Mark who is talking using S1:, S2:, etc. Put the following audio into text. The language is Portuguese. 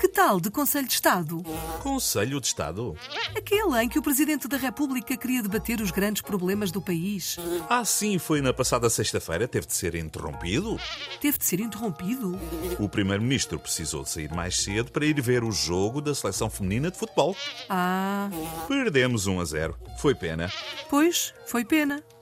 S1: Que tal de Conselho de Estado?
S2: Conselho de Estado?
S1: Aquele em que o Presidente da República queria debater os grandes problemas do país.
S2: Ah, sim, foi na passada sexta-feira, teve de ser interrompido.
S1: Teve de ser interrompido?
S2: O Primeiro-Ministro precisou de sair mais cedo para ir ver o jogo da seleção feminina de futebol.
S1: Ah,
S2: Perdemos 1 a 0. Foi pena.
S1: pois, foi pena.